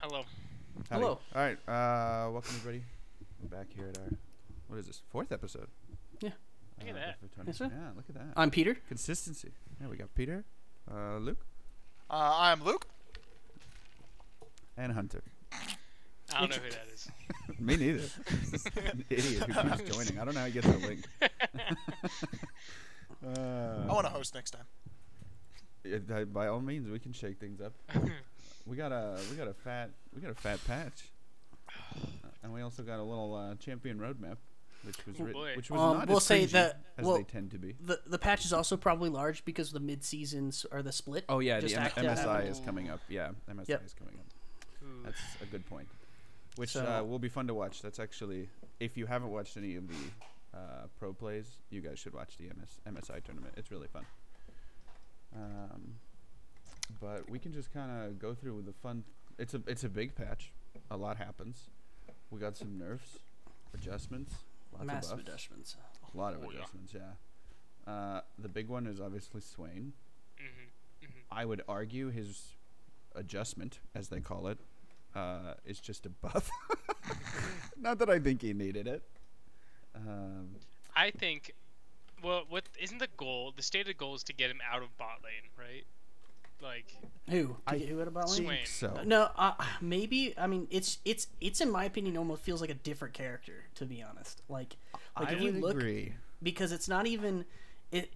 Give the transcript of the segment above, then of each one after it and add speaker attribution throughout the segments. Speaker 1: Hello.
Speaker 2: Howdy.
Speaker 3: Hello.
Speaker 2: All right. Uh, welcome everybody. We're back here at our what is this fourth episode?
Speaker 3: Yeah.
Speaker 1: Look at
Speaker 2: Uh,
Speaker 1: that.
Speaker 2: for Tony-
Speaker 3: Yes, sir.
Speaker 2: Yeah, look at that.
Speaker 3: I'm Peter.
Speaker 2: Consistency. Yeah, we got Peter, uh, Luke,
Speaker 4: Uh, I'm Luke.
Speaker 2: and Hunter.
Speaker 1: I don't know who that is.
Speaker 2: Me neither. This is an idiot who keeps joining. I don't know how he gets the link. Uh,
Speaker 4: I want to host next time.
Speaker 2: It- uh, by all means, we can shake things up. we got a we got a fat we got a fat patch, Uh, and we also got a little uh, champion roadmap, which was
Speaker 1: Oh
Speaker 2: writ-
Speaker 1: boy.
Speaker 2: which was
Speaker 3: Um,
Speaker 2: not
Speaker 3: we'll
Speaker 2: as
Speaker 3: say
Speaker 2: cringy
Speaker 3: that-
Speaker 2: as
Speaker 3: well-
Speaker 2: they tend to be.
Speaker 3: The the patch is also probably large because the mid seasons are the split.
Speaker 2: Oh yeah,
Speaker 3: Just
Speaker 2: the M-
Speaker 3: act out.
Speaker 2: MSI is coming up. Yeah, MSI
Speaker 3: Yep.
Speaker 2: is coming up.
Speaker 1: Ooh.
Speaker 2: That's a good point. Which uh,
Speaker 3: So-
Speaker 2: will be fun to watch. That's actually, if you haven't watched any of the uh, pro plays, you guys should watch the MS- MSI tournament. It's really fun. Um, but we can just kind of go through with the fun. It's a it's a big patch. A lot happens. We got some nerfs, adjustments, lots
Speaker 3: Massive
Speaker 2: of buffs,
Speaker 3: adjustments.
Speaker 2: a lot of
Speaker 1: Oh, yeah.
Speaker 2: adjustments. Yeah. Uh, the big one is obviously Swain.
Speaker 1: Mhm.
Speaker 2: I would argue his adjustment, as they call it, uh, is just a buff. Not that I think he needed it. Um,
Speaker 1: I think. Well, what isn't the goal? The stated goal is to get him out of bot lane, right? Like
Speaker 3: Who?
Speaker 2: I
Speaker 3: Did you- who had about lane?
Speaker 1: Swain.
Speaker 2: so
Speaker 3: No, uh, maybe. I mean, it's it's it's in my opinion almost feels like a different character to be honest. Like, like
Speaker 2: I
Speaker 3: if
Speaker 2: would
Speaker 3: you look
Speaker 2: agree.
Speaker 3: because it's not even it.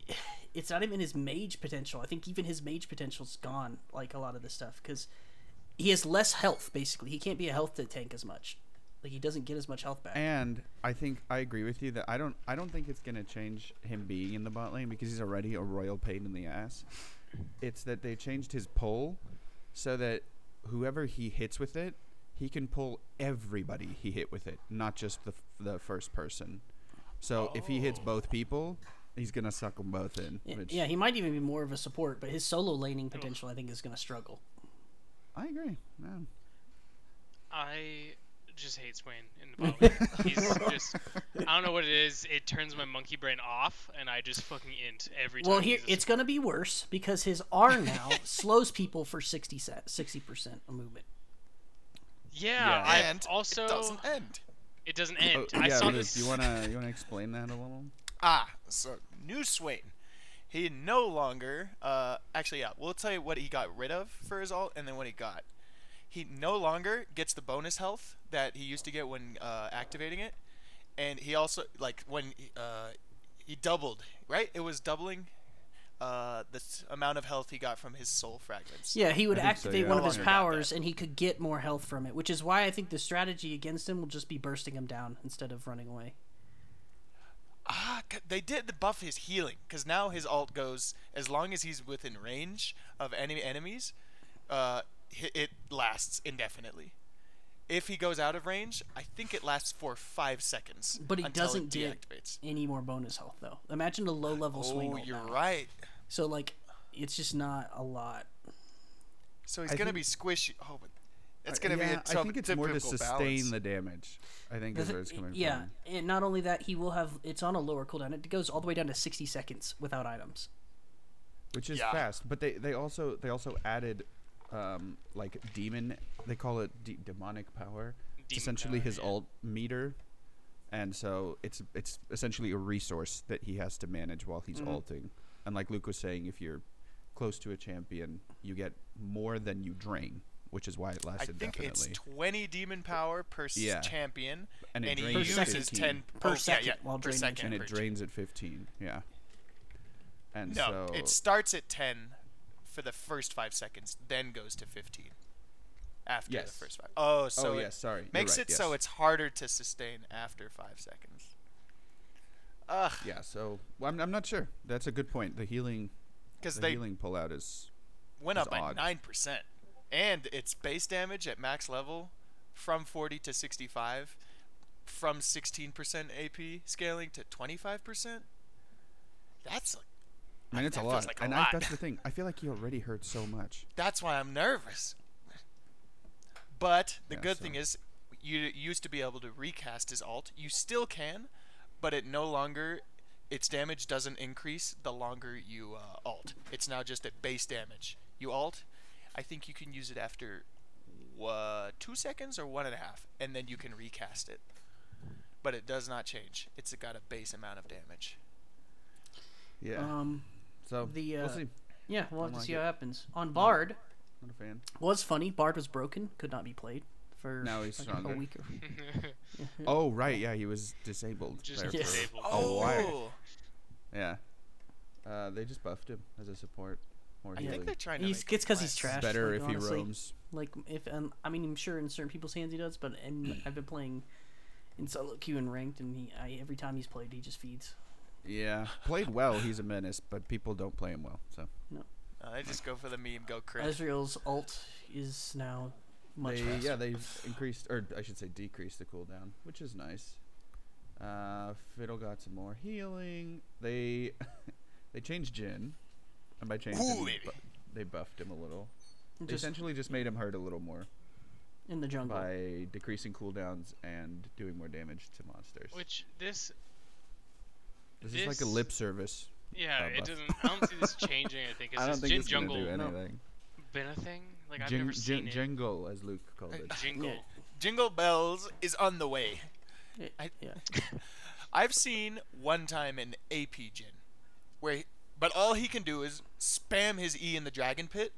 Speaker 3: It's not even his mage potential. I think even his mage potential's gone. Like a lot of this stuff because he has less health. Basically, he can't be a health to tank as much. Like he doesn't get as much health back.
Speaker 2: And I think I agree with you that I don't I don't think it's gonna change him being in the bot lane because he's already a royal pain in the ass. It's that they changed his pull so that whoever he hits with it, he can pull everybody he hit with it, not just the f- the first person. So if he hits both people, he's gonna suck them both in.
Speaker 3: Y-
Speaker 2: Which
Speaker 3: yeah, he might even be more of a support, but his solo laning potential, I think, is going to struggle.
Speaker 2: I agree. No.
Speaker 1: I just hate Swain in the bot lane. He's just. I don't know what it is. It turns my monkey brain off, and I just fucking int every time.
Speaker 3: Well, here
Speaker 1: he's a
Speaker 3: it's going to be worse because his R now slows people for 60 percent of movement.
Speaker 1: Yeah,
Speaker 2: Yeah.
Speaker 1: I
Speaker 4: and
Speaker 1: also
Speaker 4: it doesn't end.
Speaker 1: it doesn't end.
Speaker 2: Oh,
Speaker 1: I
Speaker 2: yeah,
Speaker 1: saw
Speaker 2: Luke,
Speaker 1: this.
Speaker 2: You wanna you wanna explain that a little?
Speaker 4: Ah, so new Swain. He no longer. Uh, actually, yeah. We'll tell you what he got rid of for his alt, and then what he got. He no longer gets the bonus health that he used to get when uh, activating it, and he also like when uh, he doubled. Right, it was doubling. Uh, the s- amount of health he got from his soul fragments.
Speaker 3: Yeah, he would
Speaker 2: I think so,
Speaker 3: activate
Speaker 2: yeah.
Speaker 3: one of
Speaker 2: No
Speaker 3: his
Speaker 4: longer got that.
Speaker 3: powers, and he could get more health from it, which is why I think the strategy against him will just be bursting him down instead of running away.
Speaker 4: Ah, c- they did the buff his healing because now his alt goes as long as he's within range of any enemies, uh, hi- it lasts indefinitely. If he goes out of range, I think it lasts for five seconds.
Speaker 3: But he
Speaker 4: until
Speaker 3: doesn't
Speaker 4: it
Speaker 3: get-
Speaker 4: deactivates.
Speaker 3: Any more bonus health though? Imagine a low level swing.
Speaker 4: Oh,
Speaker 3: ult
Speaker 4: you're
Speaker 3: now.
Speaker 4: right.
Speaker 3: So like, it's just not a lot.
Speaker 4: So he's
Speaker 2: I
Speaker 4: gonna
Speaker 2: think-
Speaker 4: be squishy. Oh, but it's
Speaker 2: Uh,
Speaker 4: gonna
Speaker 2: yeah,
Speaker 4: be a
Speaker 2: I think it's more to
Speaker 4: typical
Speaker 2: sustain
Speaker 4: balance.
Speaker 2: the damage. I think
Speaker 3: The
Speaker 2: is
Speaker 3: thi-
Speaker 2: where it's coming
Speaker 3: yeah,
Speaker 2: from.
Speaker 3: and not only that, he will have it's on a lower cooldown. It goes all the way down to 60 seconds without items.
Speaker 2: Which is
Speaker 4: Yeah.
Speaker 2: fast, but they, they also they also added um, like demon they call it de- demonic power. it's
Speaker 1: Demon
Speaker 2: essentially
Speaker 1: power,
Speaker 2: his
Speaker 1: yeah.
Speaker 2: alt meter, and so it's it's essentially a resource that he has to manage while he's
Speaker 4: Mm-hmm.
Speaker 2: alting. And like Luke was saying, if you're close to a champion, you get more than you drain, which is why it
Speaker 4: I
Speaker 2: lasts
Speaker 4: think
Speaker 2: indefinitely.
Speaker 4: it's 20 demon power per s-
Speaker 2: Yeah.
Speaker 4: champion,
Speaker 2: And it
Speaker 4: and, he
Speaker 2: drains
Speaker 4: uses
Speaker 2: 15.
Speaker 4: 10
Speaker 3: Per
Speaker 4: oh, yeah,
Speaker 3: second
Speaker 4: yeah,
Speaker 3: while
Speaker 4: per
Speaker 3: draining the
Speaker 4: second.
Speaker 2: and
Speaker 4: per
Speaker 2: it drains at 15. Yeah. And
Speaker 4: No,
Speaker 2: so
Speaker 4: it starts at 10 for the first five seconds, then goes to 15 after
Speaker 2: Yes.
Speaker 4: the first five. Oh, so
Speaker 2: oh
Speaker 4: it
Speaker 2: yes, sorry. you're
Speaker 4: makes
Speaker 2: right,
Speaker 4: it so
Speaker 2: yes.
Speaker 4: it's harder to sustain after five seconds. Ugh,
Speaker 2: Yeah, so well, I'm, I'm not sure. That's a good point. The healing,
Speaker 4: because
Speaker 2: the
Speaker 4: they
Speaker 2: healing pullout is
Speaker 4: went
Speaker 2: is
Speaker 4: up by
Speaker 2: odd.
Speaker 4: 9%. And its base damage at max level from 40 to 65, from 16% AP scaling to 25%. That's
Speaker 2: I mean, it's
Speaker 4: That
Speaker 2: a
Speaker 4: feels
Speaker 2: lot,
Speaker 4: like a
Speaker 2: and I,
Speaker 4: lot.
Speaker 2: that's the thing. I feel like he already hurt so much.
Speaker 4: that's why I'm nervous. But the
Speaker 2: Yeah,
Speaker 4: good
Speaker 2: so-
Speaker 4: thing is, you used to be able to recast his alt. You still can, but it no longer, its damage doesn't increase the longer you uh, alt. It's now just at base damage. You alt, I think you can use it after uh, two seconds or one and a half, and then you can recast it. But it does not change. It's got a base amount of damage.
Speaker 2: Yeah.
Speaker 3: Um,
Speaker 2: so
Speaker 3: the, uh,
Speaker 2: we'll see.
Speaker 3: yeah, we'll
Speaker 2: Don't
Speaker 3: have to
Speaker 2: like
Speaker 3: see
Speaker 2: it.
Speaker 3: how it happens. On Bard,
Speaker 2: Not a fan.
Speaker 3: was funny. Bard was broken, could not be played for
Speaker 2: Now he's
Speaker 3: like
Speaker 2: stronger.
Speaker 3: a week. Or...
Speaker 2: Oh right, yeah, he was disabled.
Speaker 1: Just
Speaker 2: there for-
Speaker 3: Yes.
Speaker 1: disabled.
Speaker 2: Oh, why?
Speaker 4: Oh,
Speaker 2: Yeah. Uh, they just buffed him as a support. More
Speaker 4: I
Speaker 2: healing.
Speaker 4: think they're trying to.
Speaker 3: He's,
Speaker 4: make
Speaker 3: it's because
Speaker 4: it
Speaker 3: he's
Speaker 4: less.
Speaker 3: trash.
Speaker 2: better
Speaker 3: like,
Speaker 2: if he
Speaker 3: honestly.
Speaker 2: roams.
Speaker 3: Like if um, I mean, I'm sure in certain people's hands he does, but and I've been playing in solo queue and ranked, and he I, every time he's played, he just feeds.
Speaker 2: Yeah, played well. He's a menace, but people don't play him well. So
Speaker 4: Uh, they just go for the meme, go crit.
Speaker 3: Ezreal's alt is now much
Speaker 2: they,
Speaker 3: faster.
Speaker 2: yeah, they've increased, or I should say, decreased the cooldown, which is nice. Uh, Fiddle got some more healing. They they changed Jin, and by changed
Speaker 4: Ooh,
Speaker 2: him,
Speaker 4: baby.
Speaker 2: bu- they buffed him a little. They
Speaker 3: just Mm-hmm.
Speaker 2: essentially just made him hurt a little more
Speaker 3: in the jungle.
Speaker 2: by decreasing cooldowns and doing more damage to monsters.
Speaker 1: Which this,
Speaker 2: this, is like a
Speaker 1: this-
Speaker 2: lip service.
Speaker 1: yeah,
Speaker 2: Uh,
Speaker 1: it
Speaker 2: buff.
Speaker 1: doesn't. I don't see this changing. I think. Is
Speaker 2: I don't
Speaker 1: this
Speaker 2: think
Speaker 1: Jin
Speaker 2: it's
Speaker 1: Jungle
Speaker 2: gonna do
Speaker 3: no.
Speaker 2: anything.
Speaker 1: been a thing? Like I've
Speaker 2: Jin-
Speaker 1: never
Speaker 2: Jin-
Speaker 1: seen it. Uh,
Speaker 2: Jingle, as Luke called it.
Speaker 1: Jingle.
Speaker 3: Yeah.
Speaker 4: Jingle bells is on the way.
Speaker 3: It-
Speaker 4: I-
Speaker 3: yeah.
Speaker 4: I've seen one time an AP Jin, where, he, but all he can do is spam his E in the dragon pit,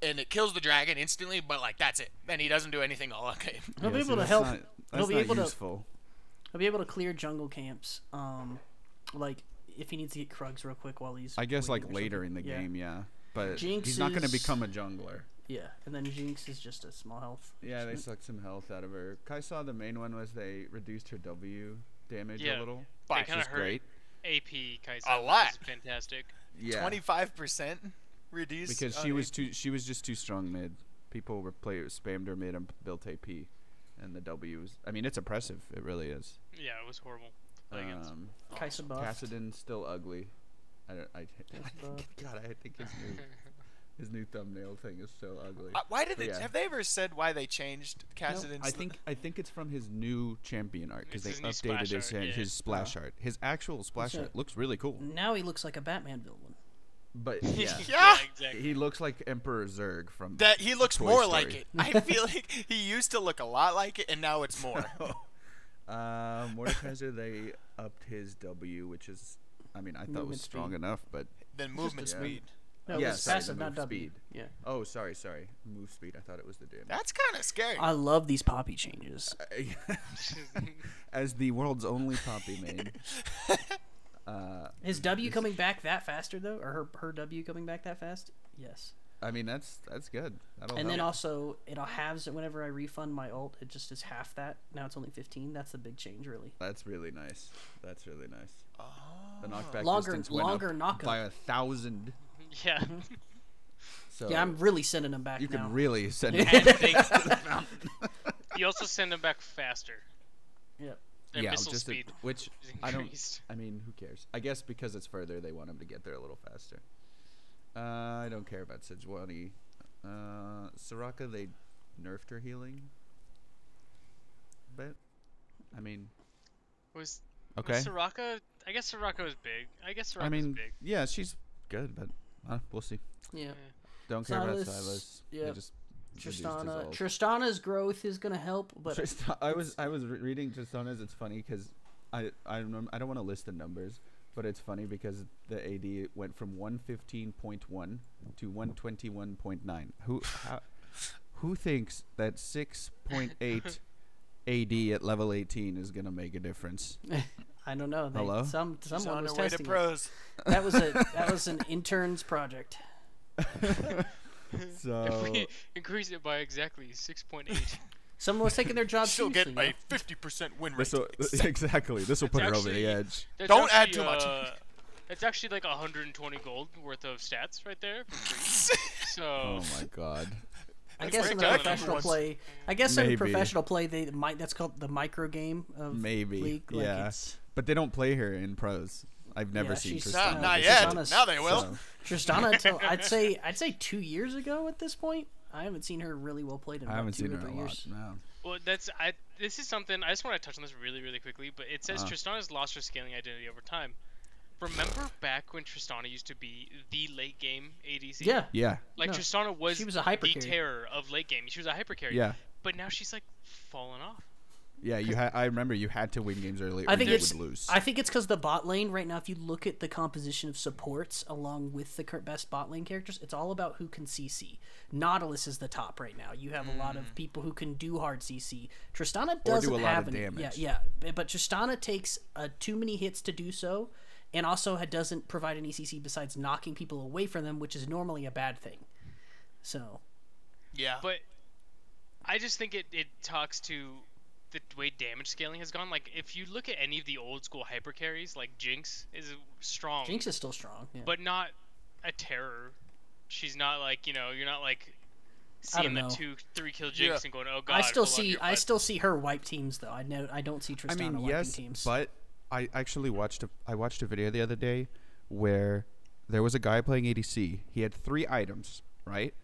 Speaker 4: and it kills the dragon instantly. But like that's it. Then he doesn't do anything all game.
Speaker 3: He'll be
Speaker 2: Yeah, see,
Speaker 3: able to
Speaker 2: that's
Speaker 3: help.
Speaker 2: Not,
Speaker 3: He'll
Speaker 2: that's
Speaker 3: be
Speaker 2: not
Speaker 3: able to-
Speaker 2: useful.
Speaker 3: I'll be able to clear jungle camps. Um, like if he needs to get Krugs real quick while he's.
Speaker 2: I guess
Speaker 3: waiting
Speaker 2: like
Speaker 3: or
Speaker 2: later
Speaker 3: something.
Speaker 2: in the
Speaker 3: Yeah.
Speaker 2: game, yeah. But
Speaker 3: Jinx
Speaker 2: he's not going to
Speaker 3: is-
Speaker 2: become a jungler.
Speaker 3: Yeah, and then Jinx is just a small health.
Speaker 2: Yeah, they
Speaker 3: isn't
Speaker 2: sucked some health out of her. Kai saw the main one was they reduced her W damage
Speaker 1: Yeah.
Speaker 2: a little.
Speaker 1: They
Speaker 4: By
Speaker 1: kinda
Speaker 2: Which is
Speaker 1: hurt
Speaker 2: great.
Speaker 1: AP Kai'Sa.
Speaker 4: A lot.
Speaker 1: Which is fantastic.
Speaker 2: Yeah,
Speaker 4: Twenty-five percent reduced.
Speaker 2: because
Speaker 4: on
Speaker 2: she was
Speaker 4: AP.
Speaker 2: too she was just too strong mid. People were play spammed her mid and built AP, and the W was. I mean, it's oppressive. It really is.
Speaker 1: Yeah, it was horrible. to play against.
Speaker 2: Um,
Speaker 3: it? Kaisa buff.
Speaker 2: Cassidon's still ugly. I don't. I,
Speaker 3: buffed.
Speaker 2: God, I think his new his new thumbnail thing is so ugly.
Speaker 4: Uh, why did
Speaker 2: But
Speaker 4: they?
Speaker 2: yeah.
Speaker 4: Have they ever said why they changed Cassidy's?
Speaker 2: I think I think it's from his new champion art because
Speaker 1: It's
Speaker 2: they
Speaker 1: his new
Speaker 2: updated
Speaker 1: splash
Speaker 2: his
Speaker 1: art,
Speaker 2: his
Speaker 1: yeah.
Speaker 2: splash
Speaker 3: Oh.
Speaker 2: art. His actual splash
Speaker 3: So-
Speaker 2: art looks really cool,
Speaker 3: Now he looks like a Batman villain.
Speaker 2: but yeah,
Speaker 4: Yeah.
Speaker 1: exactly.
Speaker 2: he looks like Emperor Zurg from
Speaker 4: that he looks
Speaker 2: Toy
Speaker 4: more
Speaker 2: Story.
Speaker 4: like it. I feel like he used to look a lot like it, and now it's more.
Speaker 2: Oh. Uh, Mordekaiser. they upped his W, which is, I mean, I thought
Speaker 3: Movement
Speaker 2: was strong
Speaker 3: speed.
Speaker 2: enough, but
Speaker 4: Then movement
Speaker 2: yeah.
Speaker 4: speed.
Speaker 3: No,
Speaker 2: Yeah,
Speaker 3: it was
Speaker 2: sorry, the
Speaker 3: passive, not
Speaker 2: move
Speaker 3: W.
Speaker 2: speed.
Speaker 3: Yeah.
Speaker 2: oh, sorry, sorry, move speed. I thought it was the damage.
Speaker 4: That's kind of scary.
Speaker 3: I love these poppy changes.
Speaker 2: Uh, As the world's only poppy main, uh,
Speaker 3: His W coming back that faster though, or her, her W coming back that fast? Yes.
Speaker 2: I mean that's that's good. That'll
Speaker 3: And
Speaker 2: help.
Speaker 3: then also it'll halves it whenever I refund my alt. It just is half that. Now it's only fifteen. That's the big change, really.
Speaker 2: That's really nice. That's really nice.
Speaker 4: Oh.
Speaker 1: Ah.
Speaker 2: The knockback
Speaker 3: Longer-
Speaker 2: distance went
Speaker 3: longer
Speaker 2: up
Speaker 3: knockup.
Speaker 2: by a thousand.
Speaker 1: yeah.
Speaker 2: So
Speaker 3: yeah, I'm really sending them back
Speaker 2: you
Speaker 3: now.
Speaker 2: can really send it.
Speaker 1: And thanks to the fountain. You also send them back faster.
Speaker 3: Yep.
Speaker 1: Their
Speaker 2: yeah,
Speaker 1: missile
Speaker 2: just a-
Speaker 1: speed
Speaker 2: which
Speaker 1: is
Speaker 2: I don't.
Speaker 1: increased.
Speaker 2: I mean, who cares? I guess because it's further, they want him to get there a little faster. Uh, I don't care about Sejuani. Uh, Soraka, they nerfed her healing. But, I mean,
Speaker 1: Was,
Speaker 2: okay.
Speaker 1: was Soraka? I guess Soraka was big. I guess Soraka
Speaker 2: I mean,
Speaker 1: was big.
Speaker 2: yeah, she's good, but uh, we'll see.
Speaker 3: Yeah.
Speaker 2: Don't care about
Speaker 3: Silas,
Speaker 2: Silas. They
Speaker 3: yeah.
Speaker 2: just reduced his
Speaker 3: Tristana.
Speaker 2: ult.
Speaker 3: Tristana's growth is gonna help, but
Speaker 2: Tristan, I was I was re- reading Tristana's. It's funny because I I remem- I don't want to list the numbers, but it's funny because the AD went from one fifteen point one to one twenty one point nine. Who how, who thinks that six point eight AD at level eighteen is gonna make a difference?
Speaker 3: I don't know. They,
Speaker 2: Hello?
Speaker 3: Some
Speaker 4: She's
Speaker 3: someone
Speaker 4: on
Speaker 3: was
Speaker 4: her way to
Speaker 3: testing. it.
Speaker 4: pros.
Speaker 3: That was a that was an intern's project.
Speaker 2: So
Speaker 1: If we increase it by exactly 6.8,
Speaker 3: Someone was taking their job
Speaker 4: She'll get
Speaker 3: seriously. though.
Speaker 4: a 50% win rate.
Speaker 2: this will exactly this will
Speaker 1: That's
Speaker 2: put her over
Speaker 1: actually-
Speaker 2: the edge.
Speaker 1: That's
Speaker 4: Don't add too much.
Speaker 1: uh, That's actually like 120 gold worth of stats right there. for free. So
Speaker 2: Oh my god.
Speaker 3: I guess in
Speaker 4: break
Speaker 3: the
Speaker 4: down the
Speaker 3: professional
Speaker 4: numbers.
Speaker 3: play, I guess in
Speaker 2: Maybe.
Speaker 3: professional play, they might that's called the micro game of
Speaker 2: Maybe,
Speaker 3: league. Like
Speaker 2: yeah.
Speaker 3: it's,
Speaker 2: But they don't play her in pros. I've never
Speaker 3: Yeah,
Speaker 2: seen
Speaker 3: she's-
Speaker 2: Tristana.
Speaker 4: Nah,
Speaker 3: No,
Speaker 4: not
Speaker 3: this is
Speaker 4: yet.
Speaker 3: on us,
Speaker 4: Now they will.
Speaker 2: so-
Speaker 3: Tristana, until, I'd say I'd say two years ago at this point, I haven't seen her really well played in
Speaker 2: I
Speaker 3: about
Speaker 2: haven't
Speaker 3: two
Speaker 2: seen
Speaker 3: or
Speaker 2: her
Speaker 3: three
Speaker 2: a lot.
Speaker 3: years.
Speaker 2: No.
Speaker 1: Well, that's I. This is something I just want to touch on this really, really quickly. But it says
Speaker 2: Uh-huh.
Speaker 1: Tristana's lost her scaling identity over time. Remember back when Tristana used to be the late game ADC?
Speaker 3: Yeah.
Speaker 2: Yeah.
Speaker 1: Like
Speaker 3: No,
Speaker 1: Tristana was,
Speaker 3: she was a hyper
Speaker 1: the
Speaker 3: carry.
Speaker 1: terror of late game. She was a hyper carry.
Speaker 2: Yeah.
Speaker 1: But now she's like fallen off.
Speaker 2: Yeah, you ha- I remember you had to win games early.
Speaker 3: I think
Speaker 2: you
Speaker 3: it's
Speaker 2: would lose.
Speaker 3: I think it's because the bot lane right now. If you look at the composition of supports along with the cur- best bot lane characters, it's all about who can CC. Nautilus is the top right now. You have a lot of people who can do hard CC. Tristana doesn't
Speaker 2: Mm. a lot
Speaker 3: have
Speaker 2: of
Speaker 3: any-
Speaker 2: damage.
Speaker 3: Yeah, yeah, but Tristana takes uh, too many hits to do so, and also ha- doesn't provide any CC besides knocking people away from them, which is normally a bad thing. So
Speaker 4: Yeah.
Speaker 3: Uh.
Speaker 1: But I just think it, it talks to the way damage scaling has gone. Like, if you look at any of the old school hyper carries, like Jinx is strong,
Speaker 3: Jinx is still strong. Yeah.
Speaker 1: but not a terror. She's not like, you know, you're not like
Speaker 3: I
Speaker 1: seeing
Speaker 3: don't
Speaker 1: the
Speaker 3: know.
Speaker 1: two, three kill Jinx
Speaker 4: Yeah.
Speaker 1: and going, oh god.
Speaker 3: I still
Speaker 1: hold on to
Speaker 3: see
Speaker 1: your
Speaker 3: I
Speaker 1: butt."
Speaker 3: still see her wipe teams though. I know I don't see
Speaker 2: I
Speaker 3: Tristana
Speaker 2: mean,
Speaker 3: wiping
Speaker 2: yes,
Speaker 3: teams.
Speaker 2: but I actually watched a I watched a video the other day where there was a guy playing ADC. He had three items, right?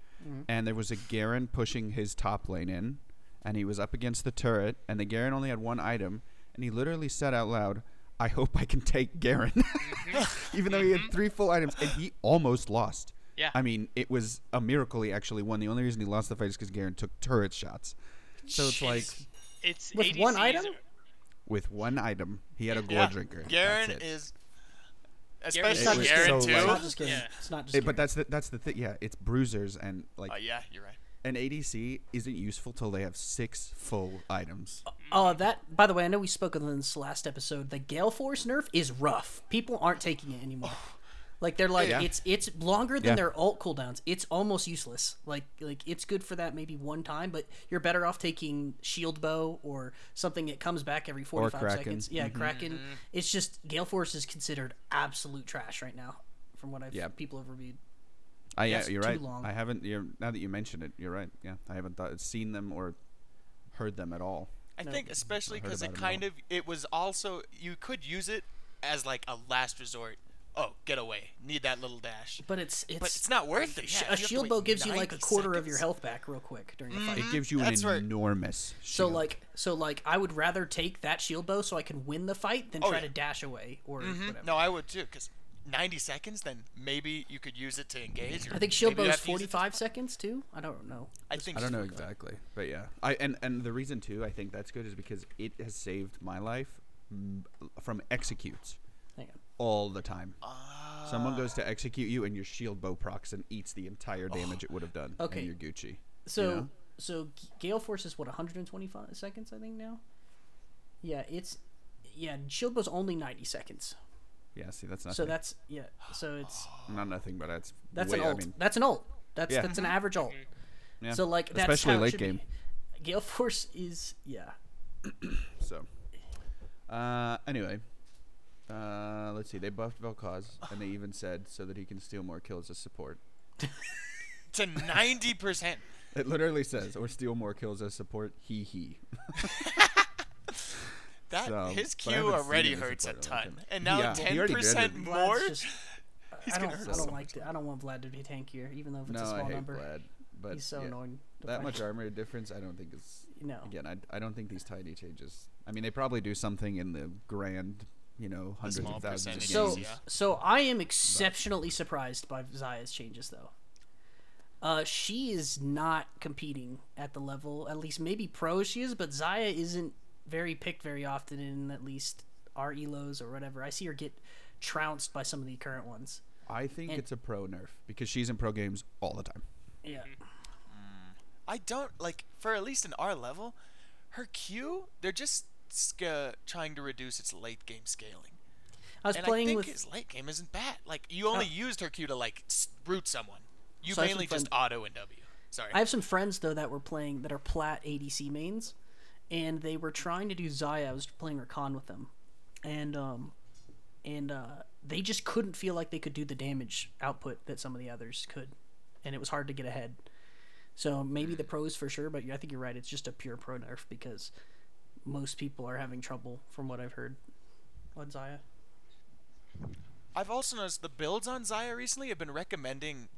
Speaker 2: And there was a Garen pushing his top lane in, and he was up against the turret, and the Garen only had one item, and he literally said out loud, "I hope I can take Garen," even though he had three full items, and he almost lost.
Speaker 1: Yeah.
Speaker 2: I mean, it was a miracle he actually won. The only reason he lost the fight is because Garen took turret shots. So it's like
Speaker 1: It's
Speaker 3: With one
Speaker 1: ADCs
Speaker 3: item?
Speaker 1: are-
Speaker 2: with one item, he had a gore
Speaker 4: yeah.
Speaker 2: drinker.
Speaker 4: Garen
Speaker 2: That's it.
Speaker 4: is.
Speaker 1: It's
Speaker 4: Especially
Speaker 2: not just
Speaker 4: Garen
Speaker 2: so,
Speaker 4: too.
Speaker 2: like-
Speaker 3: It's not just Garen.
Speaker 1: Yeah.
Speaker 3: It's not just
Speaker 2: Oh, Hey, but
Speaker 3: Garen.
Speaker 2: that's the that's the thing. Yeah, it's bruisers and like
Speaker 4: Uh, yeah, you're right.
Speaker 2: an ADC isn't useful till they have six full items.
Speaker 3: Oh, that. By the way, I know we spoke on this last episode. The Gale Force nerf is rough. People aren't taking it anymore. Like they're like
Speaker 2: Oh. Yeah.
Speaker 3: it's it's longer than
Speaker 2: Yeah.
Speaker 3: their alt cooldowns. It's almost useless. Like like it's good for that maybe one time, but you're better off taking shield bow or something that comes back every forty five
Speaker 2: Kraken. Mm-hmm.
Speaker 3: seconds. Yeah, Kraken.
Speaker 4: Mm-hmm.
Speaker 3: It's just Gale Force is considered absolute trash right now, from what I've
Speaker 2: Yeah.
Speaker 3: people have reviewed.
Speaker 2: I, yeah,
Speaker 3: That's
Speaker 2: you're
Speaker 3: too
Speaker 2: right.
Speaker 3: long.
Speaker 2: I haven't. You're, now that you mention it, you're right. Yeah, I haven't thought, seen them or heard them at all.
Speaker 4: I think especially
Speaker 2: I heard
Speaker 4: because it
Speaker 2: about 'em all.
Speaker 4: kind of it was also you could use it as like a last resort. Oh, get away! Need that little dash.
Speaker 3: But it's it's,
Speaker 4: But it's not worth it.
Speaker 3: sh-
Speaker 4: Yeah, you
Speaker 3: a
Speaker 4: have to
Speaker 3: shield
Speaker 4: wait
Speaker 3: bow gives you like a
Speaker 4: 90
Speaker 3: quarter of your
Speaker 4: seconds. Mm-hmm.
Speaker 3: health back real quick during a fight.
Speaker 2: It gives you
Speaker 4: That's
Speaker 2: an
Speaker 4: right.
Speaker 2: enormous.
Speaker 3: Mm, So
Speaker 2: shield.
Speaker 3: like so like I would rather take that shield bow so I can win the fight than
Speaker 4: Oh,
Speaker 3: try
Speaker 4: yeah.
Speaker 3: to dash away or
Speaker 2: Mm-hmm.
Speaker 3: whatever.
Speaker 4: No, I would too, because 90 seconds, then maybe you could use it to engage. Or
Speaker 3: I think shield
Speaker 4: maybe
Speaker 3: bow
Speaker 4: you
Speaker 3: is
Speaker 4: have to use it to-
Speaker 3: 45 seconds too. I don't know.
Speaker 4: I think
Speaker 2: I don't know
Speaker 4: so.
Speaker 2: exactly, but yeah, I and and the reason too I think that's good is because it has saved my life mm, from executes
Speaker 3: Hang on.
Speaker 2: all the time. Someone goes
Speaker 3: Ah.
Speaker 2: to execute you, and your shield bow procs and eats the entire damage it would have done.
Speaker 3: Oh.
Speaker 2: and
Speaker 3: Okay.
Speaker 2: you're Gucci.
Speaker 3: So
Speaker 2: know?
Speaker 3: so G- gale force is what 125 seconds I think now. Yeah, it's yeah, shield bow's only 90 seconds.
Speaker 2: Yeah, see, that's not
Speaker 3: So that's yeah, so it's
Speaker 2: not nothing, but that's
Speaker 3: that's
Speaker 2: way,
Speaker 3: an
Speaker 2: I
Speaker 3: ult.
Speaker 2: mean,
Speaker 3: that's an ult. That's
Speaker 2: Yeah.
Speaker 3: that's an average ult.
Speaker 2: yeah.
Speaker 3: So like that's
Speaker 2: especially
Speaker 3: how it
Speaker 2: late
Speaker 3: should
Speaker 2: game.
Speaker 3: Be. Gale force is yeah.
Speaker 2: So, uh, anyway, uh, let's see. They buffed Vel'Koz, and they even said so that he can steal more kills as support.
Speaker 4: To 90%.
Speaker 2: It literally says, or steal more kills as support. He he.
Speaker 4: That
Speaker 2: So,
Speaker 4: his
Speaker 2: but I
Speaker 4: Q
Speaker 2: haven't seen
Speaker 4: already
Speaker 2: it as a
Speaker 4: hurts a
Speaker 2: part of like
Speaker 4: ton,
Speaker 2: him.
Speaker 4: and now
Speaker 2: Yeah, he
Speaker 4: ten
Speaker 2: already did
Speaker 4: percent
Speaker 2: it.
Speaker 4: more.
Speaker 3: Vlad's just- I don't,
Speaker 4: gonna hurt
Speaker 3: I
Speaker 4: so
Speaker 3: don't like that. I don't want Vlad to be tankier, even though if it's
Speaker 2: no,
Speaker 3: a
Speaker 2: I
Speaker 3: small
Speaker 2: hate
Speaker 3: number.
Speaker 2: Vlad, but
Speaker 3: He's so
Speaker 2: yeah.
Speaker 3: annoying. to
Speaker 2: That
Speaker 3: fight.
Speaker 2: much armor difference, I don't think is.
Speaker 3: No.
Speaker 2: Again, I, I don't think these tiny changes. I mean, they probably do something in the grand, you know, hundreds
Speaker 4: small
Speaker 2: of thousands of
Speaker 4: percentages,
Speaker 3: So,
Speaker 2: games.
Speaker 4: yeah.
Speaker 3: so I am exceptionally surprised by Zaya's changes, though. Uh, she is not competing at the level, at least maybe pro she is, but Zaya isn't very picked very often in at least our elos or whatever. I see her get trounced by some of the current ones.
Speaker 2: I think
Speaker 3: And-
Speaker 2: it's a pro nerf because she's in pro games all the time.
Speaker 4: Mm-hmm.
Speaker 3: Yeah.
Speaker 4: I don't like for at least in our level, her Q. They're just sca- trying to reduce its late game scaling.
Speaker 3: I was
Speaker 4: And I
Speaker 3: playing
Speaker 4: think
Speaker 3: with
Speaker 4: his late game isn't bad. Like you only used her Q to like s- root someone. You
Speaker 3: So I have
Speaker 4: mainly
Speaker 3: some
Speaker 4: just auto and W. Sorry.
Speaker 3: I have some friends though that were playing that are plat ADC mains, and they were trying to do Zaya. I was playing Rakan with them, and um, and uh, they just couldn't feel like they could do the damage output that some of the others could, and it was hard to get ahead. So maybe the pros for sure, but I think you're right. It's just a pure pro nerf because most people are having trouble from what I've heard on Zaya.
Speaker 4: I've also noticed the builds on Zaya recently have been recommending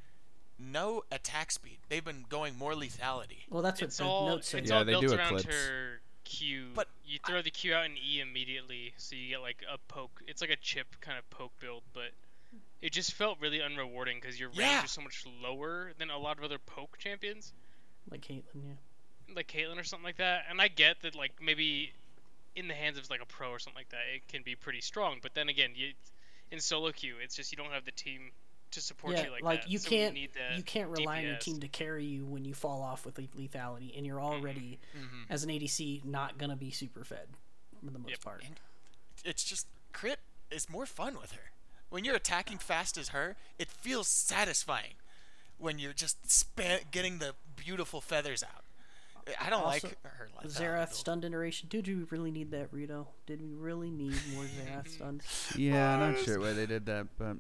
Speaker 4: no attack speed. They've been going more lethality.
Speaker 3: Well, that's what
Speaker 1: It's
Speaker 3: the
Speaker 1: all,
Speaker 3: notes say.
Speaker 1: it's
Speaker 2: Yeah,
Speaker 1: all
Speaker 2: they
Speaker 1: built
Speaker 2: do
Speaker 1: around
Speaker 2: Eclipse.
Speaker 1: her Q.
Speaker 4: But
Speaker 1: you throw the Q out in E immediately, so you get like a poke. It's like a chip kind of poke build, but it just felt really unrewarding because your range
Speaker 4: Yeah.
Speaker 1: is so much lower than a lot of other poke champions,
Speaker 3: like Caitlyn. Yeah.
Speaker 1: like Caitlyn or something like that. And I get that like maybe in the hands of like a pro or something like that, it can be pretty strong. But then again, you in solo queue, it's just you don't have the team to support
Speaker 3: yeah,
Speaker 1: you like,
Speaker 3: like,
Speaker 1: that.
Speaker 3: you
Speaker 1: so
Speaker 3: can't
Speaker 1: you, need that
Speaker 3: you can't rely on your
Speaker 1: DPS.
Speaker 3: team to carry you when you fall off with le- lethality, and you're
Speaker 1: Mm-hmm.
Speaker 3: already as an ADC not gonna be super fed for the most
Speaker 1: Yep.
Speaker 3: part.
Speaker 4: it's just crit is more fun with her. When you're attacking fast as her, it feels satisfying. When you're just spa- getting the beautiful feathers out, I don't
Speaker 3: Also,
Speaker 4: like her like that.
Speaker 3: Xerath stun generation. Did we really need that, Rito? Did we really need more Xerath stuns?
Speaker 2: Yeah, not sure why they did that, but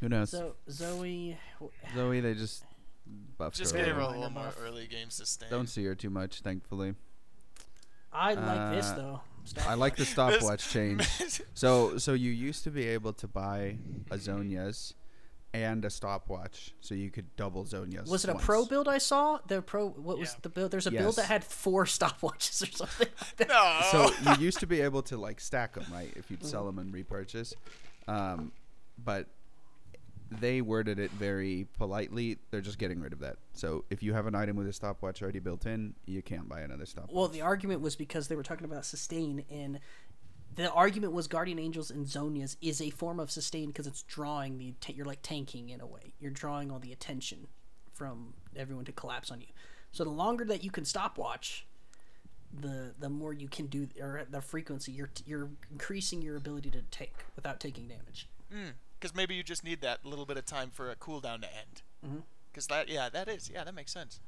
Speaker 2: who knows?
Speaker 3: So Zoe, w-
Speaker 2: Zoe, they just buffed
Speaker 4: Just
Speaker 2: her.
Speaker 4: give
Speaker 2: a
Speaker 4: her a
Speaker 2: little.
Speaker 3: Line
Speaker 4: little
Speaker 3: 'em
Speaker 4: more
Speaker 3: off.
Speaker 4: early game sustain.
Speaker 2: Don't see her too much, thankfully.
Speaker 3: I like this
Speaker 2: Uh,
Speaker 3: though.
Speaker 2: I like the stopwatch change. So, so you used to be able to buy a Zonias and a stopwatch, so you could double Zonias.
Speaker 3: Was it a
Speaker 2: once.
Speaker 3: pro build I saw? The pro what was
Speaker 1: Yeah.
Speaker 3: the build? There's a build that
Speaker 2: Yes.
Speaker 3: had four stopwatches or something. like that.
Speaker 4: no.
Speaker 2: so
Speaker 1: Oh.
Speaker 2: you used to be able to like stack them, right? If you'd sell them and repurchase, um, but they worded it very politely. They're just getting rid of that. So if you have an item with a stopwatch already built in, you can't buy another stopwatch.
Speaker 3: Well, the argument was because they were talking about sustain, and the argument was Guardian Angels and Zonias is a form of sustain because it's drawing the atten- you're like tanking in a way. You're drawing all the attention from everyone to collapse on you. So the longer that you can stopwatch, the the more you can do or the frequency you're you're increasing your ability to take without taking damage.
Speaker 4: because maybe you just need that little bit of time for a cooldown to end.
Speaker 3: Mm-hmm.
Speaker 4: Because that, yeah, that is, yeah, that makes sense.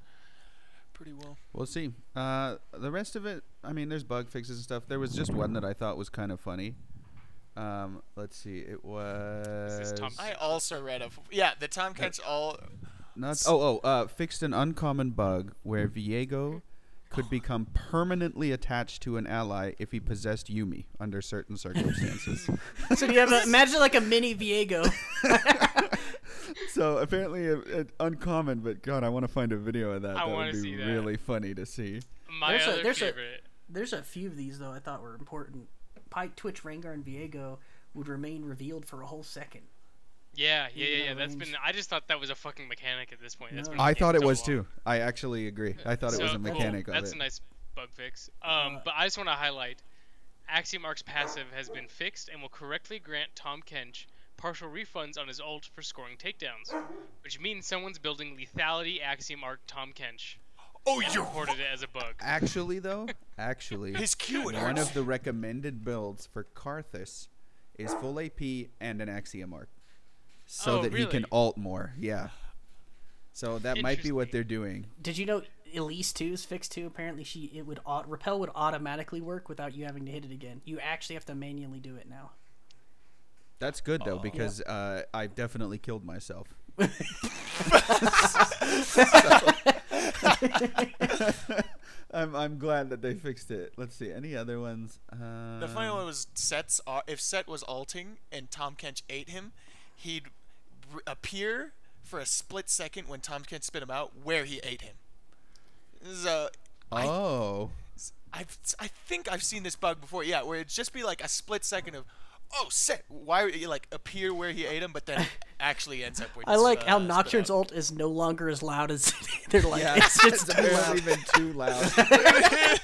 Speaker 4: Pretty well.
Speaker 2: We'll see. Uh, the rest of it, I mean, there's bug fixes and stuff. There was just one that I thought was kind of funny. Um, let's see. It was
Speaker 1: this Tom-
Speaker 4: I also read of, yeah, the Tomcats all.
Speaker 2: not. Oh, oh. Uh, fixed an uncommon bug where Viego could become permanently attached to an ally if he possessed Yumi under certain circumstances.
Speaker 3: So you have a, imagine like a mini Viego.
Speaker 2: so apparently, it, it, uncommon. But God, I want to find a video of that.
Speaker 1: I
Speaker 2: that
Speaker 1: wanna
Speaker 2: would be
Speaker 1: see that.
Speaker 2: really funny to see.
Speaker 1: My
Speaker 3: There's a-
Speaker 1: other
Speaker 3: there's a-
Speaker 1: favorite.
Speaker 3: There's a few of these though I thought were important. Pike, Twitch, Rengar, and Viego would remain revealed for a whole second.
Speaker 1: Yeah, yeah,
Speaker 3: Even
Speaker 1: yeah,
Speaker 3: at
Speaker 1: yeah. That's
Speaker 3: range.
Speaker 1: been. I just thought that was a fucking mechanic at this point. That's
Speaker 3: No.
Speaker 1: been in
Speaker 2: I
Speaker 1: the
Speaker 2: thought
Speaker 1: game
Speaker 2: it
Speaker 1: so
Speaker 2: was
Speaker 1: long.
Speaker 2: too. I actually agree. I thought it was
Speaker 1: So,
Speaker 2: a
Speaker 1: cool.
Speaker 2: mechanic of
Speaker 1: That's
Speaker 2: it.
Speaker 1: a nice bug fix. Um, but I just want to highlight, Axiom Arc's passive has been fixed and will correctly grant Tom Kench partial refunds on his ult for scoring takedowns, which means someone's building lethality Axiom Arc Tom Kench.
Speaker 4: Oh,
Speaker 1: and
Speaker 4: you're
Speaker 1: reported it as a bug.
Speaker 2: Actually, though, actually,
Speaker 4: his Q it
Speaker 2: One
Speaker 4: hurts.
Speaker 2: of the recommended builds for Karthus is full AP and an Axiom Arc. So
Speaker 1: Oh,
Speaker 2: that he can
Speaker 1: really?
Speaker 2: alt more, yeah. So that might be what
Speaker 1: Interesting.
Speaker 2: they're doing.
Speaker 3: Did you know Elise too is fixed too? Apparently, she it would au- repel would automatically work without you having to hit it again. You actually have to manually do it now.
Speaker 2: That's good
Speaker 1: Oh,
Speaker 2: though, because uh, I've definitely killed myself. I'm, I'm glad that they fixed it. Let's see any other ones. Uh,
Speaker 4: The
Speaker 3: Um,
Speaker 4: funny one was Set's. au- If Set was alting and Tom Kench ate him, he'd r- appear for a split second when Tom Kench spit him out where he ate him. So
Speaker 2: oh,
Speaker 4: I've, I think I've seen this bug before. Yeah, where it'd just be like a split second of, oh, Set, why would you like appear where he ate him, but then actually ends up where.
Speaker 3: I
Speaker 4: he's,
Speaker 3: like how
Speaker 4: uh, spit
Speaker 3: Nocturne's
Speaker 4: out.
Speaker 3: ult is no longer as loud as they're like.
Speaker 2: yeah,
Speaker 3: It's just too
Speaker 2: barely
Speaker 3: loud.
Speaker 2: even too loud.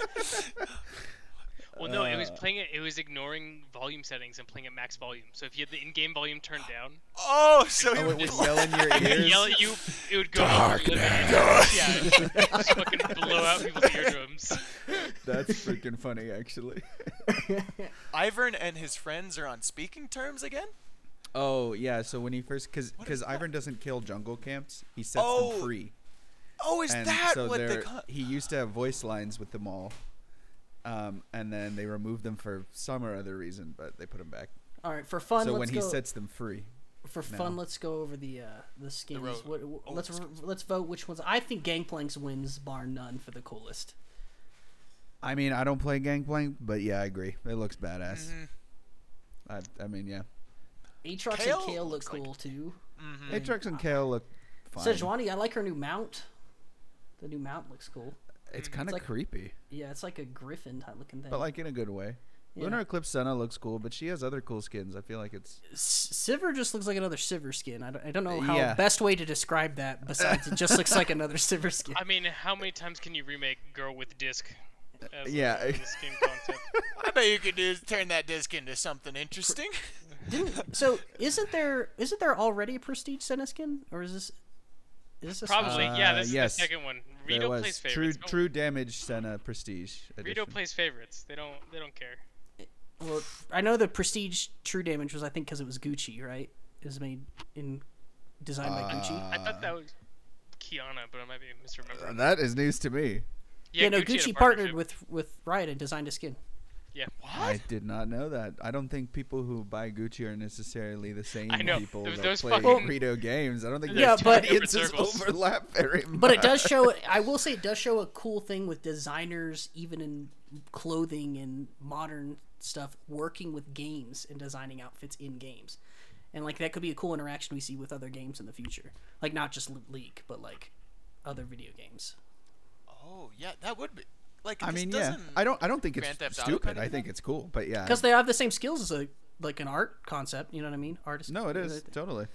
Speaker 1: Well, no,
Speaker 2: Uh,
Speaker 1: it was playing it. It was ignoring volume settings and playing at max volume. So if you had the in-game volume turned down,
Speaker 4: Oh, so he
Speaker 2: Oh, it
Speaker 4: would
Speaker 2: would yell in your
Speaker 1: it would
Speaker 2: ears.
Speaker 1: yell at you. It would go darkness. Yeah, it would just fucking blow out people's eardrums.
Speaker 2: That's freaking funny, actually.
Speaker 4: Ivern and his friends are on speaking terms again.
Speaker 2: Oh yeah, so when he first because
Speaker 4: is
Speaker 2: because Ivern doesn't kill jungle camps, he sets
Speaker 4: Oh,
Speaker 2: them free,
Speaker 4: Oh, is
Speaker 2: and
Speaker 4: that
Speaker 2: so
Speaker 4: what the?
Speaker 2: they're
Speaker 4: Con-
Speaker 2: he used to have voice lines with them all, um, and then they removed them for some or other reason, but they put him back.
Speaker 3: All right, for fun,
Speaker 2: so
Speaker 3: let's
Speaker 2: when
Speaker 3: go.
Speaker 2: he sets them free,
Speaker 3: for fun, let's go over the uh, the skins.
Speaker 4: road-
Speaker 3: what,
Speaker 4: old
Speaker 3: let's let's vote which ones. I think Gangplanks wins bar none for the coolest.
Speaker 2: I mean I don't play gangplank, but yeah, I agree, it looks badass. I, I mean yeah,
Speaker 3: Aatrox
Speaker 4: Kale
Speaker 3: and Kale look
Speaker 4: looks like-
Speaker 3: cool too.
Speaker 2: Aatrox and Kale look fine.
Speaker 3: Sejuani, I like her new mount. The new mount looks cool.
Speaker 2: It's kind of
Speaker 3: like-
Speaker 2: creepy,
Speaker 3: Yeah, it's like a griffin type looking thing.
Speaker 2: but like in a good way.
Speaker 3: Yeah.
Speaker 2: Lunar Eclipse Senna looks cool, but she has other cool skins. I feel like it's
Speaker 3: S- Sivir just looks like another Sivir skin. I don't, I don't know how
Speaker 2: Yeah.
Speaker 3: best way to describe that besides it just looks like another Sivir skin.
Speaker 1: I mean, how many times can you remake Girl with Disc? As
Speaker 2: yeah. Uh,
Speaker 1: A, as a skin concept.
Speaker 4: I bet you could do is turn that disc into something interesting.
Speaker 3: Didn't so isn't there isn't there already a prestige Senna skin or is this is this a
Speaker 1: Probably, yeah.
Speaker 2: Uh,
Speaker 1: This
Speaker 2: yes.
Speaker 1: is the second one.
Speaker 2: there
Speaker 1: Rito
Speaker 2: was
Speaker 1: plays
Speaker 2: true
Speaker 1: favorites. Oh,
Speaker 2: true damage Senna Prestige.
Speaker 1: Rito
Speaker 2: edition.
Speaker 1: plays favorites. They don't. They don't care.
Speaker 3: Well, I know the prestige true damage was I think because it was Gucci, right? It was made in designed
Speaker 2: Uh,
Speaker 3: by Gucci.
Speaker 1: I thought that was Kiana, but I might be misremembering.
Speaker 2: Uh, that is news to me.
Speaker 1: yeah,
Speaker 3: no,
Speaker 1: had
Speaker 3: Gucci
Speaker 1: a
Speaker 3: partnered
Speaker 1: partnership.
Speaker 3: with with Riot and designed a skin.
Speaker 1: Yeah,
Speaker 2: I did not know that. I don't think people who buy Gucci are necessarily the same
Speaker 1: I know.
Speaker 2: people
Speaker 1: Those-
Speaker 2: that
Speaker 1: those
Speaker 2: play
Speaker 1: fucking-
Speaker 2: Rito games. I don't think
Speaker 3: Yeah,
Speaker 2: their
Speaker 3: but-
Speaker 2: audiences
Speaker 1: Different circles.
Speaker 2: overlap very much.
Speaker 3: But it does show. I will say it does show a cool thing with designers, even in clothing and modern stuff, working with games and designing outfits in games, and like that could be a cool interaction we see with other games in the future. Like not just Le- League, but like other video games.
Speaker 4: oh yeah, that would be. Like
Speaker 2: I
Speaker 4: this
Speaker 2: mean, yeah.
Speaker 4: doesn't,
Speaker 2: I don't. I don't think
Speaker 4: Grand
Speaker 2: it's
Speaker 4: Theft Auto
Speaker 2: stupid.
Speaker 4: kind of
Speaker 2: I think it's cool. But yeah.
Speaker 3: Because they have the same skills as a like an art concept. You know what I mean? Artist.
Speaker 2: No, it is totally.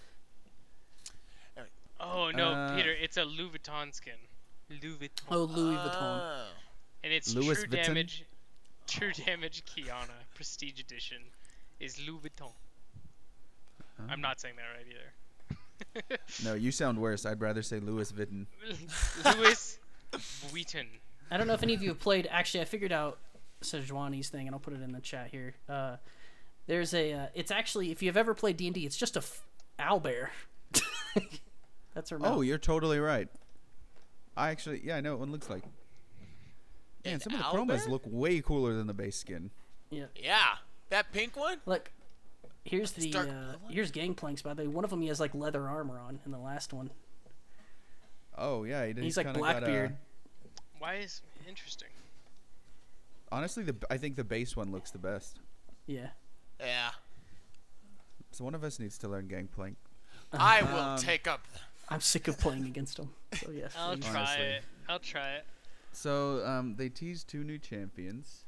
Speaker 1: Oh no,
Speaker 2: Uh,
Speaker 1: Peter, it's a Louis Vuitton skin. Louis Vuitton.
Speaker 3: Oh, Louis Vuitton.
Speaker 4: Oh.
Speaker 1: and it's
Speaker 2: Louis
Speaker 1: true
Speaker 2: Vuitton?
Speaker 1: damage. True damage Kiana Prestige Edition is Louis Vuitton. I'm not saying that right either.
Speaker 2: No, you sound worse. I'd rather say Louis Vuitton.
Speaker 1: Louis Vuitton.
Speaker 3: I don't know if any of you have played. Actually, I figured out Sejuani's thing, and I'll put it in the chat here. Uh, there's a. Uh, it's actually if you've ever played D and D, it's just a f- owlbear. That's her. Mouth.
Speaker 2: Oh, you're totally right. I actually, yeah, I know what one looks like. Man, some of the chromas
Speaker 4: owlbear?
Speaker 2: look way cooler than the base skin.
Speaker 3: yeah.
Speaker 4: Yeah, that pink one.
Speaker 3: Look, here's the
Speaker 4: dark
Speaker 3: uh,
Speaker 4: blue one?
Speaker 3: here's gangplanks. By the way, one of them he has like leather armor on in the last one.
Speaker 2: Oh yeah, he did.
Speaker 3: He's like
Speaker 2: kinda
Speaker 3: Blackbeard.
Speaker 2: Got
Speaker 1: Why is interesting?
Speaker 2: a, honestly, the I think the base one looks the best.
Speaker 3: Yeah.
Speaker 4: Yeah,
Speaker 2: So one of us needs to learn gangplank.
Speaker 3: Uh,
Speaker 4: I will
Speaker 2: Um,
Speaker 4: take up. the-
Speaker 3: I'm sick of playing against him. So yes.
Speaker 4: Oh,
Speaker 1: I'll
Speaker 3: please.
Speaker 1: try
Speaker 2: Honestly.
Speaker 1: it. I'll try it.
Speaker 2: So um, they teased two new champions.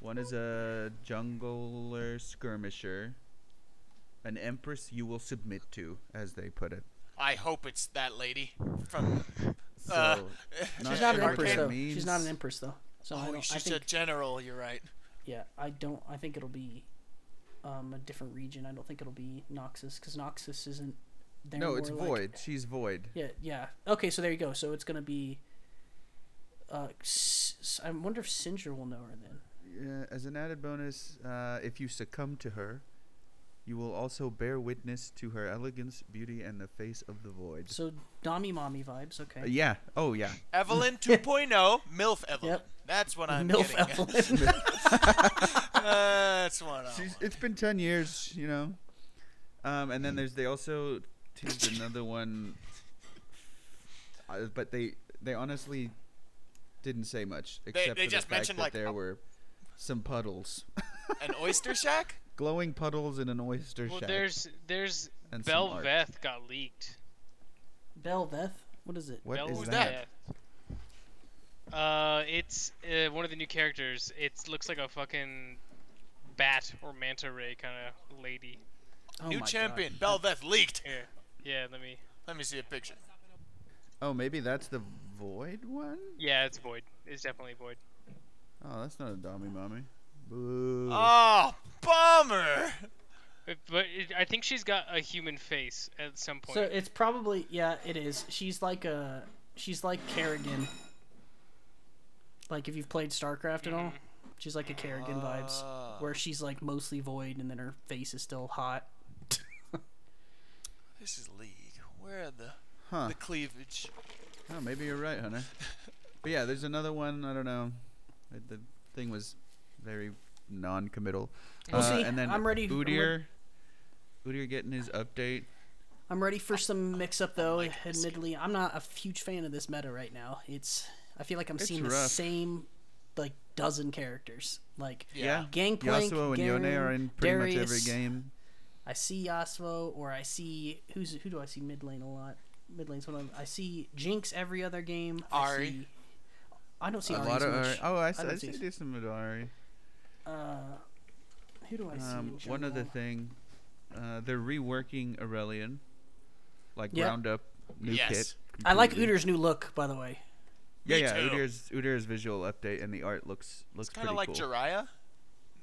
Speaker 2: One is a jungler skirmisher, an empress you will submit to, as they put it.
Speaker 4: I hope it's that lady from.
Speaker 2: So
Speaker 4: Uh,
Speaker 3: She's not an
Speaker 2: sure what
Speaker 3: empress
Speaker 2: that
Speaker 3: though.
Speaker 2: means.
Speaker 3: She's not an empress though. So I,
Speaker 4: Oh,
Speaker 3: don't, I
Speaker 4: she's
Speaker 3: think
Speaker 4: a general. You're right.
Speaker 3: Yeah, I don't. I think it'll be um, a different region. I don't think it'll be Noxus because Noxus isn't. There
Speaker 2: No, it's
Speaker 3: more like-
Speaker 2: void. She's void.
Speaker 3: Yeah, yeah. Okay, so there you go. So it's gonna be. Uh, S- S- I wonder if Singer will know her then.
Speaker 2: Uh, as an added bonus, uh, if you succumb to her, you will also bear witness to her elegance, beauty, and the face of the void.
Speaker 3: So Dami Mommy vibes. Okay.
Speaker 2: Uh, yeah. Oh, yeah.
Speaker 4: Evelyn 2.0, MILF Evelyn.
Speaker 3: Yep.
Speaker 4: That's what I'm
Speaker 3: Milf
Speaker 4: getting. at.
Speaker 3: Evelyn.
Speaker 4: That's what I
Speaker 2: She's,
Speaker 4: want.
Speaker 2: it's been ten years, you know. Um, and then there's they also teased another one, uh, but they they honestly didn't say much except
Speaker 4: they
Speaker 2: for
Speaker 4: just
Speaker 2: the fact
Speaker 4: mentioned,
Speaker 2: that
Speaker 4: like,
Speaker 2: there
Speaker 4: a-
Speaker 2: were some puddles,
Speaker 4: An oyster shack?
Speaker 2: glowing puddles in an oyster
Speaker 1: Well,
Speaker 2: shack.
Speaker 1: there's there's
Speaker 2: And some art.
Speaker 1: Belveth got leaked.
Speaker 3: Belveth. What is it?
Speaker 2: What is
Speaker 1: Belveth.
Speaker 2: that?
Speaker 1: Uh, it's uh, one of the new characters. It looks like a fucking bat or manta ray kind of lady.
Speaker 3: Oh
Speaker 4: New
Speaker 3: my
Speaker 4: champion,
Speaker 3: God.
Speaker 4: Belveth leaked.
Speaker 1: Here, yeah, let me.
Speaker 4: Let me see a picture.
Speaker 2: Oh, maybe that's the void one.
Speaker 1: Yeah, it's Void. It's definitely Void.
Speaker 2: Oh, that's not a dummy, mommy. Boo.
Speaker 4: Oh, bummer.
Speaker 1: But- But it, I think she's got a human face at some point.
Speaker 3: So it's probably yeah. It is. She's like a. She's like Kerrigan. Like if you've played StarCraft at all, she's like a Kerrigan vibes, where she's like mostly void and then her face is still hot.
Speaker 4: This is League. Where are the
Speaker 2: Huh.
Speaker 4: the cleavage?
Speaker 2: Oh, maybe you're right, Hunter. but yeah, there's another one. I don't know. Uh, The thing was very non-committal.
Speaker 3: We'll
Speaker 2: Uh,
Speaker 3: see.
Speaker 2: And then
Speaker 3: I'm ready- I'm ready.
Speaker 2: Udyr, Udyr getting his update.
Speaker 3: I'm ready for some mix up though. Admittedly, I'm not a huge fan of this meta right now. It's I feel like I'm seeing the
Speaker 2: rough.
Speaker 3: same like dozen characters. Like
Speaker 4: Yeah.
Speaker 3: Gangplank,
Speaker 2: Yasuo and Yone
Speaker 3: Garen,
Speaker 2: are in pretty much every
Speaker 3: Darius.
Speaker 2: game.
Speaker 3: I see Yasuo, or I see who's who do I see mid lane a lot? Mid lane's one of them. I see Jinx every other game. I
Speaker 4: Ahri.
Speaker 3: see I don't see
Speaker 2: a
Speaker 3: Ari
Speaker 2: lot
Speaker 3: as
Speaker 2: of
Speaker 3: much.
Speaker 2: Ari- oh, I, s-
Speaker 3: E I
Speaker 2: I
Speaker 3: don't
Speaker 2: see
Speaker 3: see-
Speaker 2: do some Midori.
Speaker 3: Uh, who do I see?
Speaker 2: Um,
Speaker 3: in
Speaker 2: one other
Speaker 3: general?
Speaker 2: thing, uh, they're reworking Aurelian, like
Speaker 3: Yeah.
Speaker 2: round up new
Speaker 4: Yes.
Speaker 2: kit.
Speaker 3: I like
Speaker 2: completely.
Speaker 3: Uter's new look, by the way.
Speaker 2: Yeah,
Speaker 4: Me
Speaker 2: yeah.
Speaker 4: too.
Speaker 2: Udir's Udir's visual update and the art looks looks
Speaker 4: It's kind
Speaker 2: pretty
Speaker 4: of like
Speaker 2: cool.
Speaker 4: Jiraiya,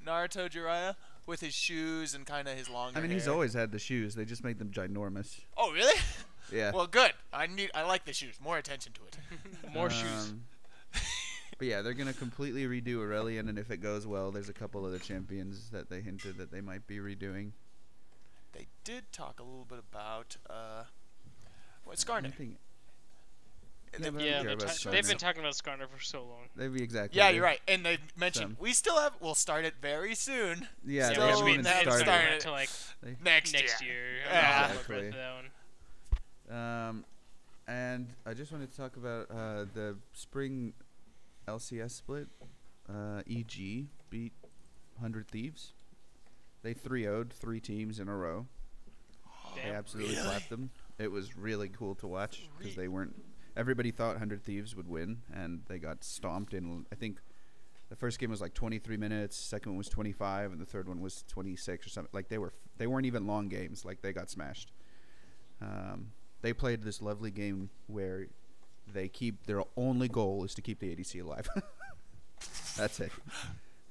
Speaker 4: Naruto Jiraiya, with his shoes and kind of his long.
Speaker 2: I mean, he's always had the shoes. They just make them ginormous.
Speaker 4: Oh really?
Speaker 2: Yeah.
Speaker 4: Well, good. I need. I like the shoes. More attention to it.
Speaker 1: More shoes.
Speaker 2: Um, But yeah, they're gonna completely redo Aurelian, and if it goes well, there's a couple other champions that they hinted that they might be redoing.
Speaker 4: They did talk a little bit about uh, what's
Speaker 2: I
Speaker 4: Garnet.
Speaker 2: think-
Speaker 4: And
Speaker 2: Yeah, but I
Speaker 4: they-
Speaker 2: don't
Speaker 1: Yeah,
Speaker 2: care
Speaker 1: they
Speaker 2: about
Speaker 1: ta- they've been
Speaker 2: Skarner.
Speaker 1: talking about Skarner for so long.
Speaker 2: They'd be exactly.
Speaker 4: Yeah,
Speaker 2: they-
Speaker 4: you're right. And they
Speaker 2: Some.
Speaker 4: mentioned we still have. We'll start it very soon.
Speaker 2: Yeah, they
Speaker 4: So
Speaker 1: which
Speaker 2: haven't
Speaker 1: means
Speaker 2: even
Speaker 1: they haven't
Speaker 2: started.
Speaker 1: started
Speaker 4: started.
Speaker 1: until like
Speaker 4: Next,
Speaker 1: next
Speaker 4: year.
Speaker 1: year.
Speaker 4: Yeah.
Speaker 1: I'm not sure
Speaker 2: Exactly.
Speaker 1: about that one.
Speaker 2: Um, and I just wanted to talk about uh, the spring LCS split. Uh, EG beat 100 Thieves. They 3 0'd three teams in a row. They
Speaker 1: Damn.
Speaker 2: absolutely
Speaker 4: Really?
Speaker 2: clapped them. It was really cool to watch because
Speaker 4: Re-
Speaker 2: they weren't. Everybody thought 100 Thieves would win, and they got stomped in. I think the first game was like 23 minutes, second one was 25, and the third one was 26 or something. Like they were, they weren't even long games. Like they got smashed. Um, they played this lovely game where they keep their only goal is to keep the ADC alive. That's it.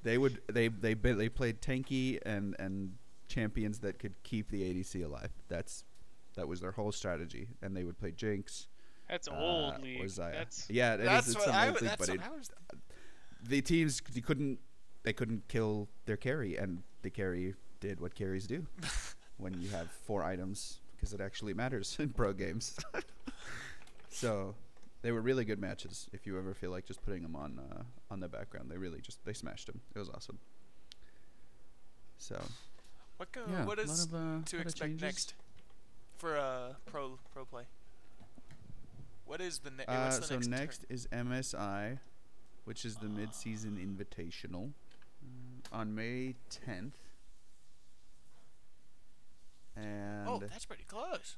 Speaker 2: They would they they bi- they played tanky and and champions that could keep the ADC alive. That's that was their whole strategy, and they would play Jinx.
Speaker 1: That's
Speaker 2: uh,
Speaker 1: old
Speaker 2: or
Speaker 1: league.
Speaker 2: Zaya.
Speaker 1: That's
Speaker 2: yeah, it is.
Speaker 4: That's
Speaker 2: it's
Speaker 4: what
Speaker 2: some
Speaker 4: I.
Speaker 2: old
Speaker 4: w-
Speaker 2: league,
Speaker 4: That's
Speaker 2: but
Speaker 4: what
Speaker 2: it,
Speaker 4: I was.
Speaker 2: the teams c- couldn't they couldn't kill their carry, and the carry did what carries do when you have four items because it actually matters in pro games. so they were really good matches. If you ever feel like just putting them on uh, on the background, they really just they smashed them. It was awesome. So
Speaker 4: What, go,
Speaker 2: yeah,
Speaker 4: what
Speaker 2: a
Speaker 4: is
Speaker 2: lot of, uh,
Speaker 4: to
Speaker 2: lot of
Speaker 4: expect
Speaker 2: changes.
Speaker 4: next for uh, pro pro play? What is the, ne-
Speaker 2: Uh,
Speaker 4: what's the
Speaker 2: so
Speaker 4: next?
Speaker 2: next,
Speaker 4: turn? Ah.
Speaker 2: is MSI, which is the mid-season invitational
Speaker 4: Mm.
Speaker 2: uh, on May 10th. And
Speaker 4: Oh, that's pretty close.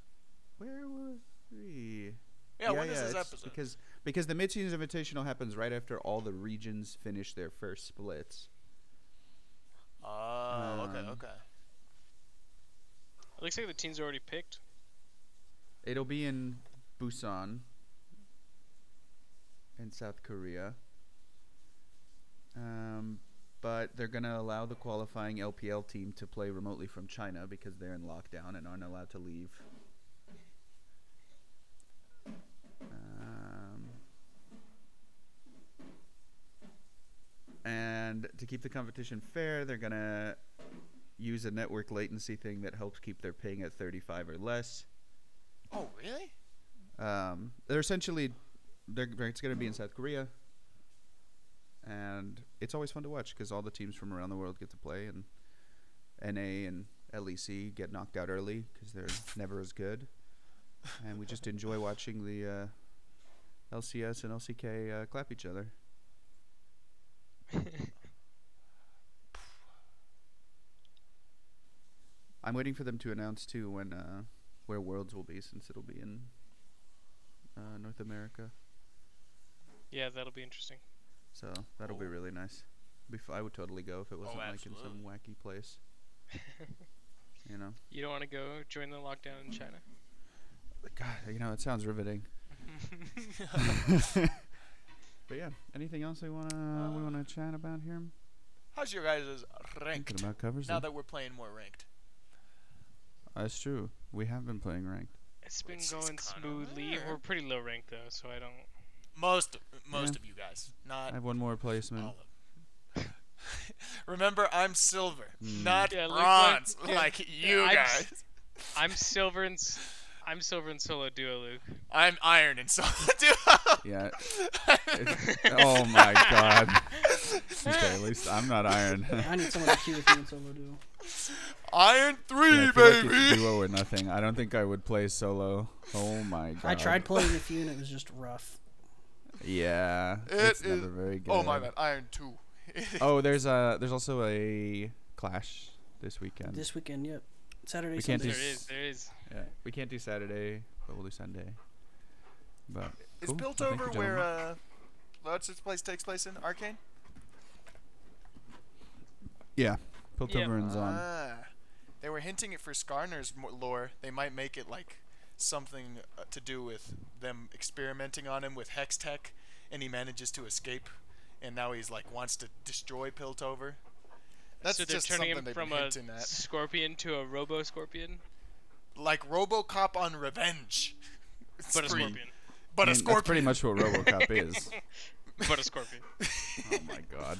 Speaker 2: where was we?
Speaker 4: Yeah, when is this
Speaker 2: it's
Speaker 4: episode?
Speaker 2: Because because the mid-season invitational happens right after all the regions finish their first splits.
Speaker 4: oh, okay,
Speaker 2: um,
Speaker 4: okay.
Speaker 1: it looks like the team's already picked.
Speaker 2: It'll be in Busan in South Korea. Um, but they're going to allow the qualifying LPL team to play remotely from China because they're in lockdown and aren't allowed to leave. Um, and to keep the competition fair, they're going to use a network latency thing that helps keep their ping at 35 or less.
Speaker 4: Oh, really?
Speaker 2: Um, they're essentially they're, they're- it's going to be in South Korea, and it's always fun to watch because all the teams from around the world get to play, and NA and LEC get knocked out early because they're never as good, and we just enjoy watching the uh, LCS and LCK uh, clap each other. I'm waiting for them to announce too when uh, where Worlds will be since it'll be in uh, North America.
Speaker 1: Yeah, that'll be interesting.
Speaker 2: So that'll be
Speaker 4: Cool. Oh,
Speaker 2: really nice. Bef- I would totally go if it wasn't like in some wacky place. you know,
Speaker 1: You don't want to go join the lockdown in China.
Speaker 2: But God, you know, it sounds riveting. but yeah, anything else we wanna we
Speaker 4: Uh,
Speaker 2: wanna chat about here?
Speaker 4: How's your guys'
Speaker 2: Thinking
Speaker 4: ranked?
Speaker 2: about covers. eh?
Speaker 4: Now that we're playing more ranked.
Speaker 2: That's true. We have been playing ranked.
Speaker 1: It's been
Speaker 4: Which is
Speaker 1: going
Speaker 4: kinda
Speaker 1: smoothly.
Speaker 4: rare.
Speaker 1: We're pretty low ranked though, so I don't.
Speaker 4: Most most
Speaker 2: Yeah.
Speaker 4: of you guys,
Speaker 2: I
Speaker 4: not
Speaker 2: have one more placement.
Speaker 4: all of. Remember, I'm silver,
Speaker 2: Mm.
Speaker 4: not
Speaker 1: Yeah, look like-
Speaker 4: bronze,
Speaker 1: yeah,
Speaker 4: like you
Speaker 1: I'm s-
Speaker 4: guys.
Speaker 1: I'm silver and s- I'm silver and solo duo, Luke.
Speaker 4: I'm iron and solitude.
Speaker 2: Yeah. It's- oh my god. Okay, at least I'm not iron.
Speaker 3: I need someone to queue with me in solo duo.
Speaker 4: Iron three,
Speaker 2: Yeah, I feel like
Speaker 4: baby.
Speaker 2: it's duo or nothing. I don't think I would play solo. Oh my god.
Speaker 3: I tried playing a few and it was just rough.
Speaker 2: Yeah.
Speaker 4: It
Speaker 2: it's
Speaker 4: is-
Speaker 2: never very good.
Speaker 4: oh my bad, iron two.
Speaker 2: Oh, there's a there's also a clash this weekend.
Speaker 3: This weekend, yep. Saturday,
Speaker 2: We can't
Speaker 3: Sunday.
Speaker 1: There
Speaker 2: do-
Speaker 1: is, there is.
Speaker 2: yeah. We can't do Saturday, but we'll do Sunday. But
Speaker 4: It's
Speaker 2: cool.
Speaker 4: built
Speaker 2: Well, thank you,
Speaker 4: over where
Speaker 2: gentlemen.
Speaker 4: uh, What's this place takes place in? Arcane?
Speaker 2: Yeah, Piltover
Speaker 1: Yeah.
Speaker 2: and Zon.
Speaker 4: Ah, they were hinting it for Skarner's mo- lore. They might make it like something uh, to do with them experimenting on him with hex tech, and he manages to escape, and now he's like wants to destroy Piltover. That's
Speaker 1: so they're
Speaker 4: just
Speaker 1: turning
Speaker 4: something
Speaker 1: him
Speaker 4: they've
Speaker 1: from
Speaker 4: been
Speaker 1: a
Speaker 4: hinting at.
Speaker 1: scorpion to a robo scorpion,
Speaker 4: Like RoboCop on Revenge. It's
Speaker 1: but a
Speaker 4: free,
Speaker 1: scorpion,
Speaker 4: But a
Speaker 2: And that's pretty
Speaker 4: scorpion.
Speaker 2: much what RoboCop is.
Speaker 1: but a scorpion.
Speaker 2: Oh my god.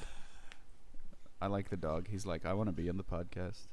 Speaker 2: I like the dog. He's like, I want to be in the podcast.